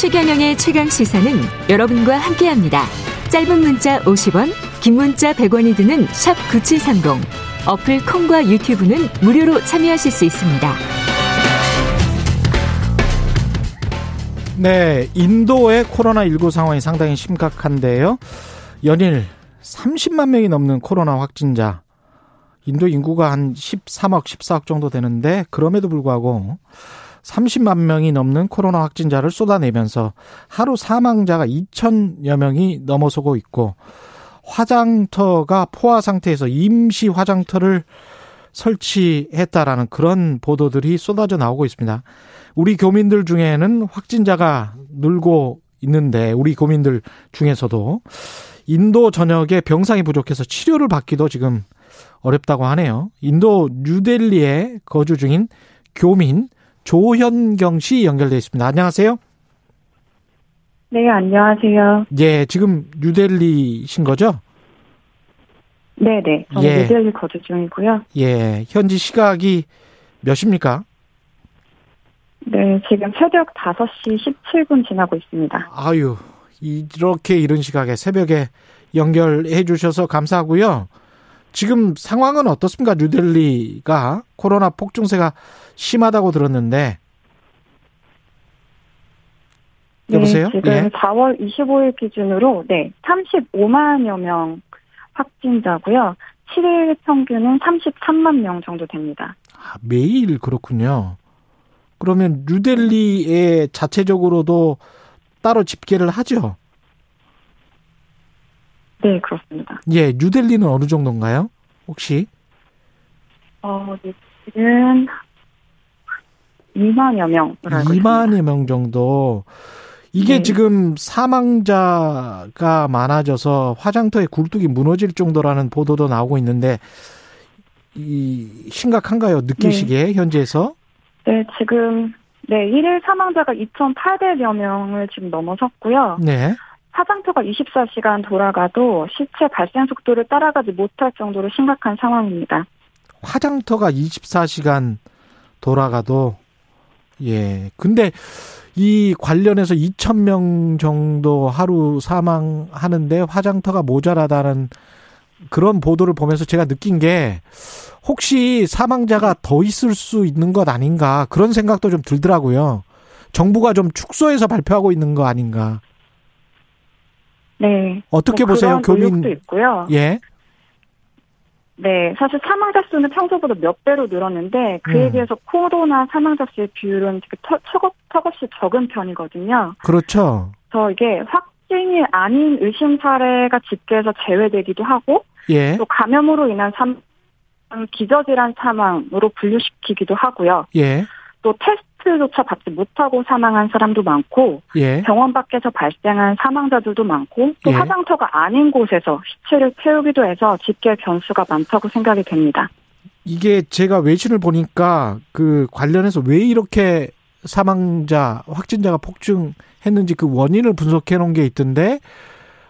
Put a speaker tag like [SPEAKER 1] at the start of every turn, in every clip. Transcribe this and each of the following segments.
[SPEAKER 1] 최경영의 최강 시사는 여러분과 함께합니다. 짧은 문자 50원, 긴 문자 100원이 드는 샵 #9730 어플 콩과 유튜브는 무료로 참여하실 수 있습니다.
[SPEAKER 2] 네, 인도의 코로나19 상황이 상당히 심각한데요. 연일 30만 명이 넘는 코로나 확진자. 인도 인구가 한 13억, 14억 정도 되는데 그럼에도 불구하고 30만 명이 넘는 코로나 확진자를 쏟아내면서 하루 사망자가 2천여 명이 넘어서고 있고 화장터가 포화 상태에서 임시 화장터를 설치했다라는 그런 보도들이 쏟아져 나오고 있습니다. 우리 교민들 중에는 확진자가 늘고 있는데 우리 교민들 중에서도 인도 전역에 병상이 부족해서 치료를 받기도 지금 어렵다고 하네요. 인도 뉴델리에 거주 중인 교민 조현경 씨 연결돼 있습니다. 안녕하세요.
[SPEAKER 3] 네, 안녕하세요.
[SPEAKER 2] 예, 지금 뉴델리신 거죠?
[SPEAKER 3] 네, 네. 저는
[SPEAKER 2] 예.
[SPEAKER 3] 뉴델리 거주 중이고요.
[SPEAKER 2] 예, 현지 시각이 몇 시입니까?
[SPEAKER 3] 네, 지금 새벽 5시 17분 지나고 있습니다.
[SPEAKER 2] 아유, 이렇게 이른 시각에 새벽에 연결해 주셔서 감사하고요. 지금 상황은 어떻습니까? 뉴델리가 코로나 폭증세가 심하다고 들었는데. 여보세요?
[SPEAKER 3] 네, 지금
[SPEAKER 2] 예.
[SPEAKER 3] 4월 25일 기준으로 네, 35만여 명 확진자고요. 7일 평균은 33만 명 정도 됩니다.
[SPEAKER 2] 아, 매일 그렇군요. 그러면 뉴델리에 자체적으로도 따로 집계를 하죠?
[SPEAKER 3] 네, 그렇습니다.
[SPEAKER 2] 예, 뉴델리는 어느 정도인가요? 혹시?
[SPEAKER 3] 어, 네, 지금 2만여 명으로 알고 있습니다.
[SPEAKER 2] 2만여 명 정도. 이게
[SPEAKER 3] 네.
[SPEAKER 2] 지금 사망자가 많아져서 화장터의 굴뚝이 무너질 정도라는 보도도 나오고 있는데 이 심각한가요? 느끼시기에 현지에서?
[SPEAKER 3] 네, 지금 네, 1일 사망자가 2,800여 명을 지금 넘어섰고요.
[SPEAKER 2] 네.
[SPEAKER 3] 화장터가 24시간 돌아가도 시체 발생 속도를 따라가지 못할 정도로 심각한 상황입니다.
[SPEAKER 2] 화장터가 24시간 돌아가도 예. 근데 이 관련해서 2천 명 정도 하루 사망하는데 화장터가 모자라다는 그런 보도를 보면서 제가 느낀 게 혹시 사망자가 더 있을 수 있는 것 아닌가 그런 생각도 좀 들더라고요. 정부가 좀 축소해서 발표하고 있는 거 아닌가.
[SPEAKER 3] 네.
[SPEAKER 2] 어떻게
[SPEAKER 3] 뭐
[SPEAKER 2] 보세요,
[SPEAKER 3] 그런
[SPEAKER 2] 교민?
[SPEAKER 3] 의혹도 있고요.
[SPEAKER 2] 예.
[SPEAKER 3] 네, 사실 사망자 수는 평소보다 몇 배로 늘었는데 그에
[SPEAKER 2] 음.
[SPEAKER 3] 비해서 코로나 사망자 수의 비율은 되게 터- 턱없, 턱없이 적은 편이거든요.
[SPEAKER 2] 그렇죠.
[SPEAKER 3] 그래서 이게 확진이 아닌 의심 사례가 집계에서 제외되기도 하고
[SPEAKER 2] 예.
[SPEAKER 3] 또 감염으로 인한 삶 기저질환 사망으로 분류시키기도 하고요.
[SPEAKER 2] 예.
[SPEAKER 3] 또 테스트조차 받지 못하고 사망한 사람도 많고
[SPEAKER 2] 예.
[SPEAKER 3] 병원 밖에서 발생한 사망자들도 많고 또
[SPEAKER 2] 예.
[SPEAKER 3] 화장터가 아닌 곳에서 시체를 태우기도 해서 집계 변수가 많다고 생각이 됩니다.
[SPEAKER 2] 이게 제가 외신을 보니까 그 관련해서 왜 이렇게 사망자 확진자가 폭증했는지 그 원인을 분석해 놓은 게 있던데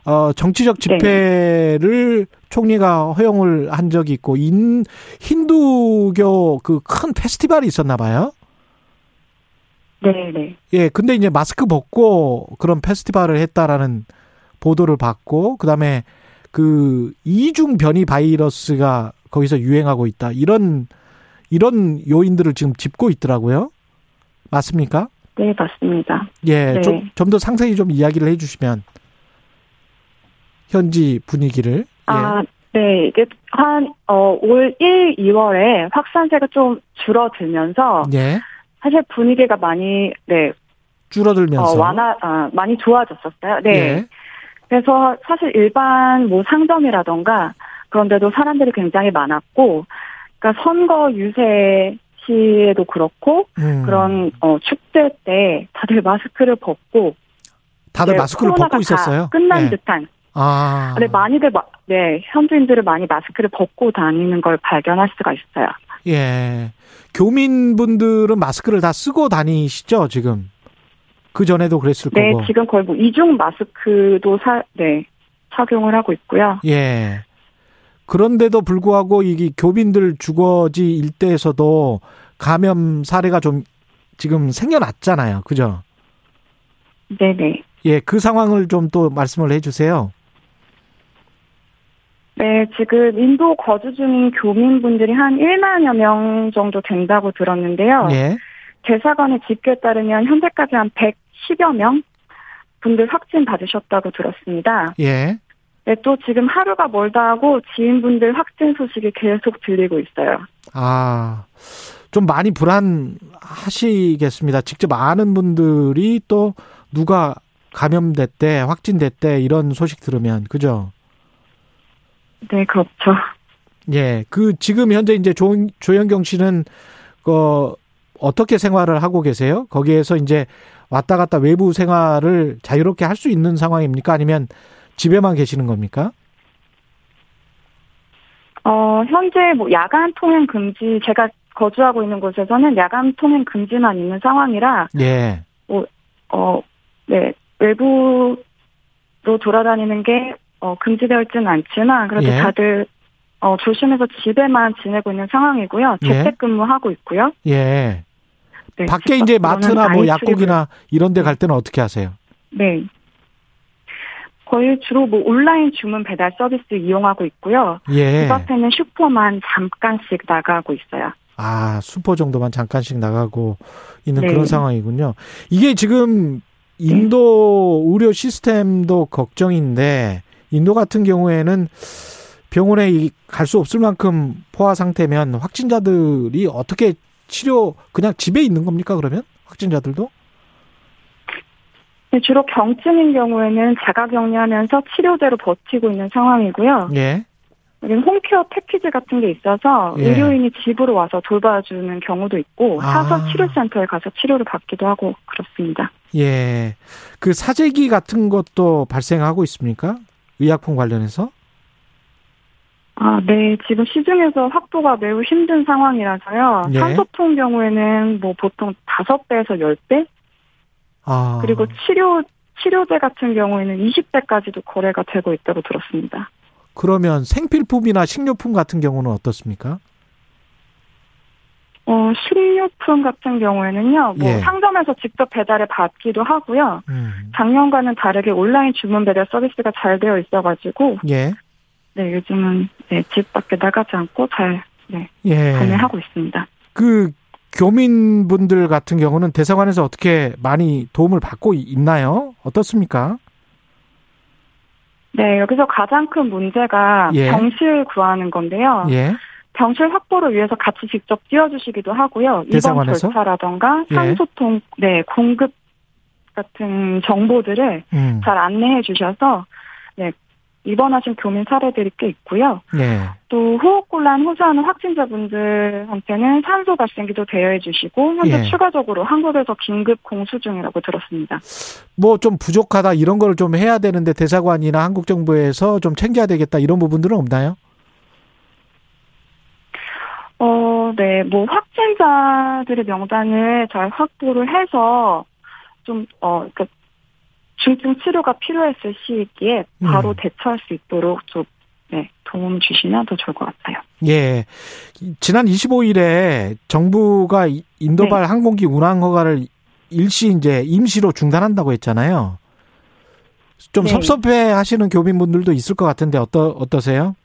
[SPEAKER 2] 어 정치적 집회를 총리가 허용을 한 적이 있고 인 힌두교 그 큰 페스티벌이 있었나 봐요.
[SPEAKER 3] 네네.
[SPEAKER 2] 예, 근데 이제 마스크 벗고 그런 페스티벌을 했다라는 보도를 받고 그다음에 그 이중 변이 바이러스가 거기서 유행하고 있다. 이런 이런 요인들을 지금 짚고 있더라고요. 맞습니까?
[SPEAKER 3] 네, 맞습니다.
[SPEAKER 2] 예,
[SPEAKER 3] 네.
[SPEAKER 2] 좀 좀 더 상세히 좀 이야기를 해 주시면 현지 분위기를 예.
[SPEAKER 3] 아, 네. 이게 한, 어, 올 1, 2월에 확산세가 좀 줄어들면서
[SPEAKER 2] 예, 예,
[SPEAKER 3] 사실 분위기가 많이, 네,
[SPEAKER 2] 줄어들면서
[SPEAKER 3] 어, 완화, 아, 많이 좋아졌었어요. 네.
[SPEAKER 2] 예,
[SPEAKER 3] 그래서 사실 일반 뭐 상점이라던가 그런데도 사람들이 굉장히 많았고, 그러니까 선거 유세 시에도 그렇고,
[SPEAKER 2] 음,
[SPEAKER 3] 그런 어, 축제 때 다들 마스크를 벗고
[SPEAKER 2] 다들
[SPEAKER 3] 이제
[SPEAKER 2] 마스크를
[SPEAKER 3] 코로나가
[SPEAKER 2] 벗고 있었어요.
[SPEAKER 3] 다 끝난
[SPEAKER 2] 예.
[SPEAKER 3] 듯한.
[SPEAKER 2] 아,
[SPEAKER 3] 근데 많이들 마- 네 현지인들은 많이 마스크를 벗고 다니는 걸 발견할 수가 있어요.
[SPEAKER 2] 예. 교민분들은 마스크를 다 쓰고 다니시죠, 지금? 그 전에도 그랬을
[SPEAKER 3] 네
[SPEAKER 2] 거고.
[SPEAKER 3] 지금 거의 뭐 이중 마스크도 사네 착용을 하고 있고요.
[SPEAKER 2] 예. 그런데도 불구하고 이게 교민들 주거지 일대에서도 감염 사례가 좀 지금 생겨났잖아요. 그죠?
[SPEAKER 3] 네네.
[SPEAKER 2] 예, 그 상황을 좀 또 말씀을 해주세요.
[SPEAKER 3] 네, 지금 인도 거주 중인 교민분들이 한 1만여 명 정도 된다고 들었는데요.
[SPEAKER 2] 예,
[SPEAKER 3] 대사관의 집계에 따르면 현재까지 한 110여 명 분들 확진 받으셨다고 들었습니다.
[SPEAKER 2] 예.
[SPEAKER 3] 네, 또 지금 하루가 멀다 하고 지인분들 확진 소식이 계속 들리고 있어요.
[SPEAKER 2] 아, 좀 많이 불안하시겠습니다. 직접 아는 분들이 또 누가 감염됐대, 확진됐대 이런 소식 들으면 그죠?
[SPEAKER 3] 네, 그렇죠.
[SPEAKER 2] 예, 그 지금 현재 이제 조, 조영경 씨는 그 어떻게 생활을 하고 계세요? 거기에서 이제 왔다 갔다 외부 생활을 자유롭게 할 수 있는 상황입니까? 아니면 집에만 계시는 겁니까?
[SPEAKER 3] 어, 현재 뭐 야간 통행 금지, 제가 거주하고 있는 곳에서는 야간 통행 금지만 있는 상황이라,
[SPEAKER 2] 예,
[SPEAKER 3] 어, 네, 외부로 돌아다니는 게, 어, 금지되어 있지는 않지만, 그래도
[SPEAKER 2] 예.
[SPEAKER 3] 다들, 어, 조심해서 집에만 지내고 있는 상황이고요.
[SPEAKER 2] 예.
[SPEAKER 3] 재택근무하고 있고요.
[SPEAKER 2] 예.
[SPEAKER 3] 네,
[SPEAKER 2] 밖에
[SPEAKER 3] 집
[SPEAKER 2] 이제
[SPEAKER 3] 밖으로는
[SPEAKER 2] 마트나 뭐
[SPEAKER 3] 아예
[SPEAKER 2] 약국이나 이런 데 갈 때는 어떻게 하세요?
[SPEAKER 3] 출입을- 네. 거의 주로 뭐 온라인 주문 배달 서비스 이용하고 있고요.
[SPEAKER 2] 예.
[SPEAKER 3] 집 앞에는 슈퍼만 잠깐씩 나가고 있어요.
[SPEAKER 2] 아, 수포 정도만 잠깐씩 나가고 있는
[SPEAKER 3] 네.
[SPEAKER 2] 그런 상황이군요. 이게 지금 인도 의료 시스템도 걱정인데 인도 같은 경우에는 병원에 갈 수 없을 만큼 포화 상태면 확진자들이 어떻게 치료 그냥 집에 있는 겁니까 그러면 확진자들도
[SPEAKER 3] 네, 주로 경증인 경우에는 자가격리하면서 치료제로 버티고 있는 상황이고요.
[SPEAKER 2] 예
[SPEAKER 3] 여기는 홈케어 패키지 같은 게 있어서
[SPEAKER 2] 예.
[SPEAKER 3] 의료인이 집으로 와서 돌봐주는 경우도 있고
[SPEAKER 2] 아.
[SPEAKER 3] 사서 치료센터에 가서 치료를 받기도 하고 그렇습니다.
[SPEAKER 2] 예. 그 사재기 같은 것도 발생하고 있습니까 의약품 관련해서
[SPEAKER 3] 아, 네. 지금 시중에서 확보가 매우 힘든 상황이라서요.
[SPEAKER 2] 예.
[SPEAKER 3] 산소통 경우에는 뭐 보통 5배에서 10배?
[SPEAKER 2] 아
[SPEAKER 3] 그리고 치료, 치료제 같은 경우에는 20배까지도 거래가 되고 있다고 들었습니다.
[SPEAKER 2] 그러면 생필품이나 식료품 같은 경우는 어떻습니까
[SPEAKER 3] 어, 식료품 같은 경우에는요, 뭐
[SPEAKER 2] 예.
[SPEAKER 3] 상점에서 직접 배달을 받기도 하고요.
[SPEAKER 2] 음.
[SPEAKER 3] 작년과는 다르게 온라인 주문 배달 서비스가 잘 되어 있어가지고,
[SPEAKER 2] 예
[SPEAKER 3] 네, 요즘은 네, 집 밖에 나가지 않고 잘
[SPEAKER 2] 예.
[SPEAKER 3] 구매하고 있습니다.
[SPEAKER 2] 그 교민분들 같은 경우는 대사관에서 어떻게 많이 도움을 받고 있나요? 어떻습니까?
[SPEAKER 3] 네, 여기서 가장 큰 문제가
[SPEAKER 2] 예.
[SPEAKER 3] 병실 구하는 건데요.
[SPEAKER 2] 예.
[SPEAKER 3] 병실 확보를 위해서 같이 직접 뛰어주시기도 하고요. 이번
[SPEAKER 2] 대사관에서?
[SPEAKER 3] 절차라던가
[SPEAKER 2] 예.
[SPEAKER 3] 상소통, 네, 공급 같은 정보들을
[SPEAKER 2] 음.
[SPEAKER 3] 잘 안내해 주셔서 네, 입원하신 교민 사례들이 꽤 있고요.
[SPEAKER 2] 예.
[SPEAKER 3] 또 호흡곤란 호소하는 확진자분들한테는 산소 발생기도 대여해 주시고 현재
[SPEAKER 2] 예.
[SPEAKER 3] 추가적으로 한국에서 긴급 공수 중이라고 들었습니다.
[SPEAKER 2] 뭐 좀 부족하다 이런 걸 좀 해야 되는데 대사관이나 한국 정부에서 좀 챙겨야 되겠다 이런 부분들은 없나요?
[SPEAKER 3] 어, 네, 뭐 확진자들의 명단을 잘 확보를 해서 좀 어, 그러니까 중증 치료가 필요했을 시기에 바로
[SPEAKER 2] 음.
[SPEAKER 3] 대처할 수 있도록 좀 네, 도움 주시면 더 좋을 것 같아요.
[SPEAKER 2] 예. 이- 지난 25일에 정부가 이- 인도발
[SPEAKER 3] 네.
[SPEAKER 2] 항공기 운항 허가를 일시 이제 임시로 중단한다고 했잖아요. 좀
[SPEAKER 3] 네.
[SPEAKER 2] 섭섭해 하시는 교민분들도 있을 것 같은데 어떠 어떠세요?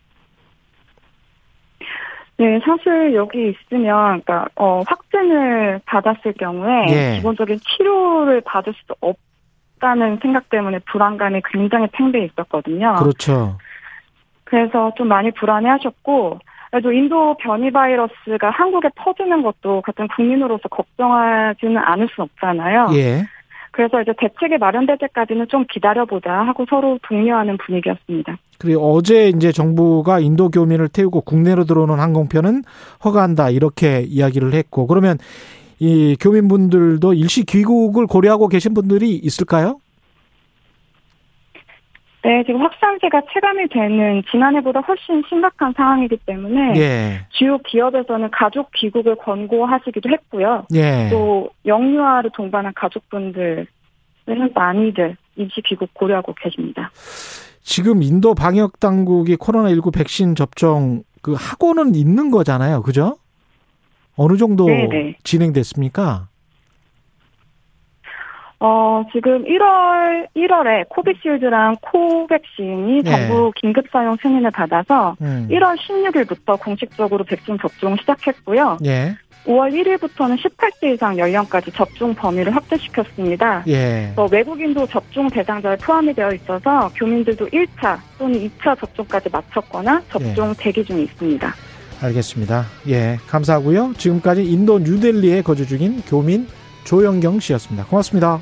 [SPEAKER 3] 네, 사실 여기 있으면, 그러니까 어, 확진을 받았을 경우에
[SPEAKER 2] 예.
[SPEAKER 3] 기본적인 치료를 받을 수 없다는 생각 때문에 불안감이 굉장히 팽배해 있었거든요.
[SPEAKER 2] 그렇죠.
[SPEAKER 3] 래서좀 많이 불안해하셨고, 그래도 인도 변이 바이러스가 한국에 퍼지는 것도 같은 국민으로서 걱정하지는 않을 수 없잖아요.
[SPEAKER 2] 예.
[SPEAKER 3] 그래서 이제 대책이 마련될 때까지는 좀 기다려보자 하고 서로 독려하는 분위기였습니다.
[SPEAKER 2] 그리고 어제 이제 정부가 인도 교민을 태우고 국내로 들어오는 항공편은 허가한다 이렇게 이야기를 했고 그러면 이 교민분들도 일시 귀국을 고려하고 계신 분들이 있을까요?
[SPEAKER 3] 네, 지금 확산세가 체감이 되는 지난해보다 훨씬 심각한 상황이기 때문에
[SPEAKER 2] 예.
[SPEAKER 3] 주요 기업에서는 가족 귀국을 권고하시기도 했고요.
[SPEAKER 2] 예.
[SPEAKER 3] 또 영유아를 동반한 가족분들은 많이들 임시 귀국 고려하고 계십니다.
[SPEAKER 2] 지금 인도 방역 당국이 코로나19 백신 접종 그 하고는 있는 거잖아요. 그죠? 어느 정도
[SPEAKER 3] 네, 네네.
[SPEAKER 2] 진행됐습니까?
[SPEAKER 3] 어, 지금 1월, 1월에 코비실드랑 코백신이
[SPEAKER 2] 네.
[SPEAKER 3] 정부 긴급 사용 승인을 받아서
[SPEAKER 2] 음.
[SPEAKER 3] 1월 16일부터 공식적으로 백신 접종 시작했고요.
[SPEAKER 2] 예.
[SPEAKER 3] 5월 1일부터는 18세 이상 연령까지 접종 범위를 확대시켰습니다.
[SPEAKER 2] 예.
[SPEAKER 3] 어, 외국인도 접종 대상자에 포함이 되어 있어서 교민들도 1차 또는 2차 접종까지 마쳤거나
[SPEAKER 2] 네.
[SPEAKER 3] 접종 대기 중에 있습니다.
[SPEAKER 2] 알겠습니다. 예. 감사하고요. 지금까지 인도 뉴델리에 거주 중인 교민 조영경 씨였습니다. 고맙습니다.